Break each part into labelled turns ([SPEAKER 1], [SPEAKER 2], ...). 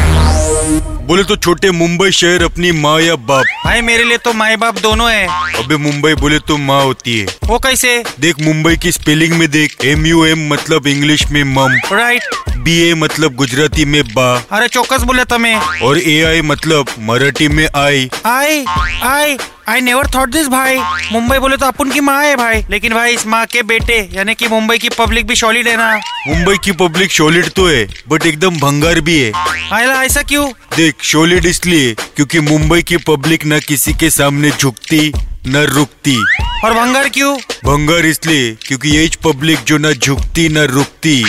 [SPEAKER 1] बोले तो छोटे मुंबई शहर अपनी माँ या बाप
[SPEAKER 2] भाई मेरे लिए तो माए बाप दोनों है
[SPEAKER 1] अबे मुंबई बोले तो माँ होती है
[SPEAKER 2] वो कैसे
[SPEAKER 1] देख मुंबई की स्पेलिंग में देख एम यू एम मतलब इंग्लिश में मम
[SPEAKER 2] राइट
[SPEAKER 1] बी ए मतलब गुजराती में बा
[SPEAKER 2] अरे चौकस बोले तुम्हें
[SPEAKER 1] और ए आई मतलब मराठी में आई
[SPEAKER 2] I I I never thought this भाई मुंबई बोले तो अपन की माँ है भाई लेकिन भाई इस माँ के बेटे यानी कि मुंबई की पब्लिक भी सॉलिड है ना
[SPEAKER 1] मुंबई की पब्लिक शोलिड तो है बट एकदम भंगार भी है
[SPEAKER 2] आयला ऐसा क्यों
[SPEAKER 1] देख शोलिड इसलिए क्योंकि मुंबई की पब्लिक न किसी के सामने झुकती न रुकती
[SPEAKER 2] और भंगार क्यों
[SPEAKER 1] भंगार इसलिए क्योंकि यही पब्लिक जो न झुकती न रुकती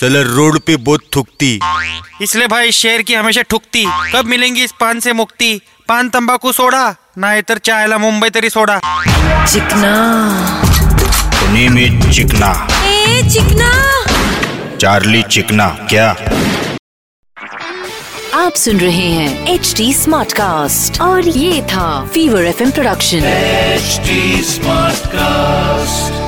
[SPEAKER 1] सलर रोड पे बहुत थुकती
[SPEAKER 2] इसलिए भाई शेर की हमेशा ठुकती कब मिलेंगी इस पान से मुक्ति पान तंबाकू सोडा ना इतर चायला मुंबई तरी सोडा
[SPEAKER 3] चिकना
[SPEAKER 4] The name is चिकना
[SPEAKER 3] ए चिकना
[SPEAKER 4] चार्ली चिकना क्या
[SPEAKER 3] आप सुन रहे हैं एच डी स्मार्ट कास्ट और ये था fever F production
[SPEAKER 5] HD Smartcast.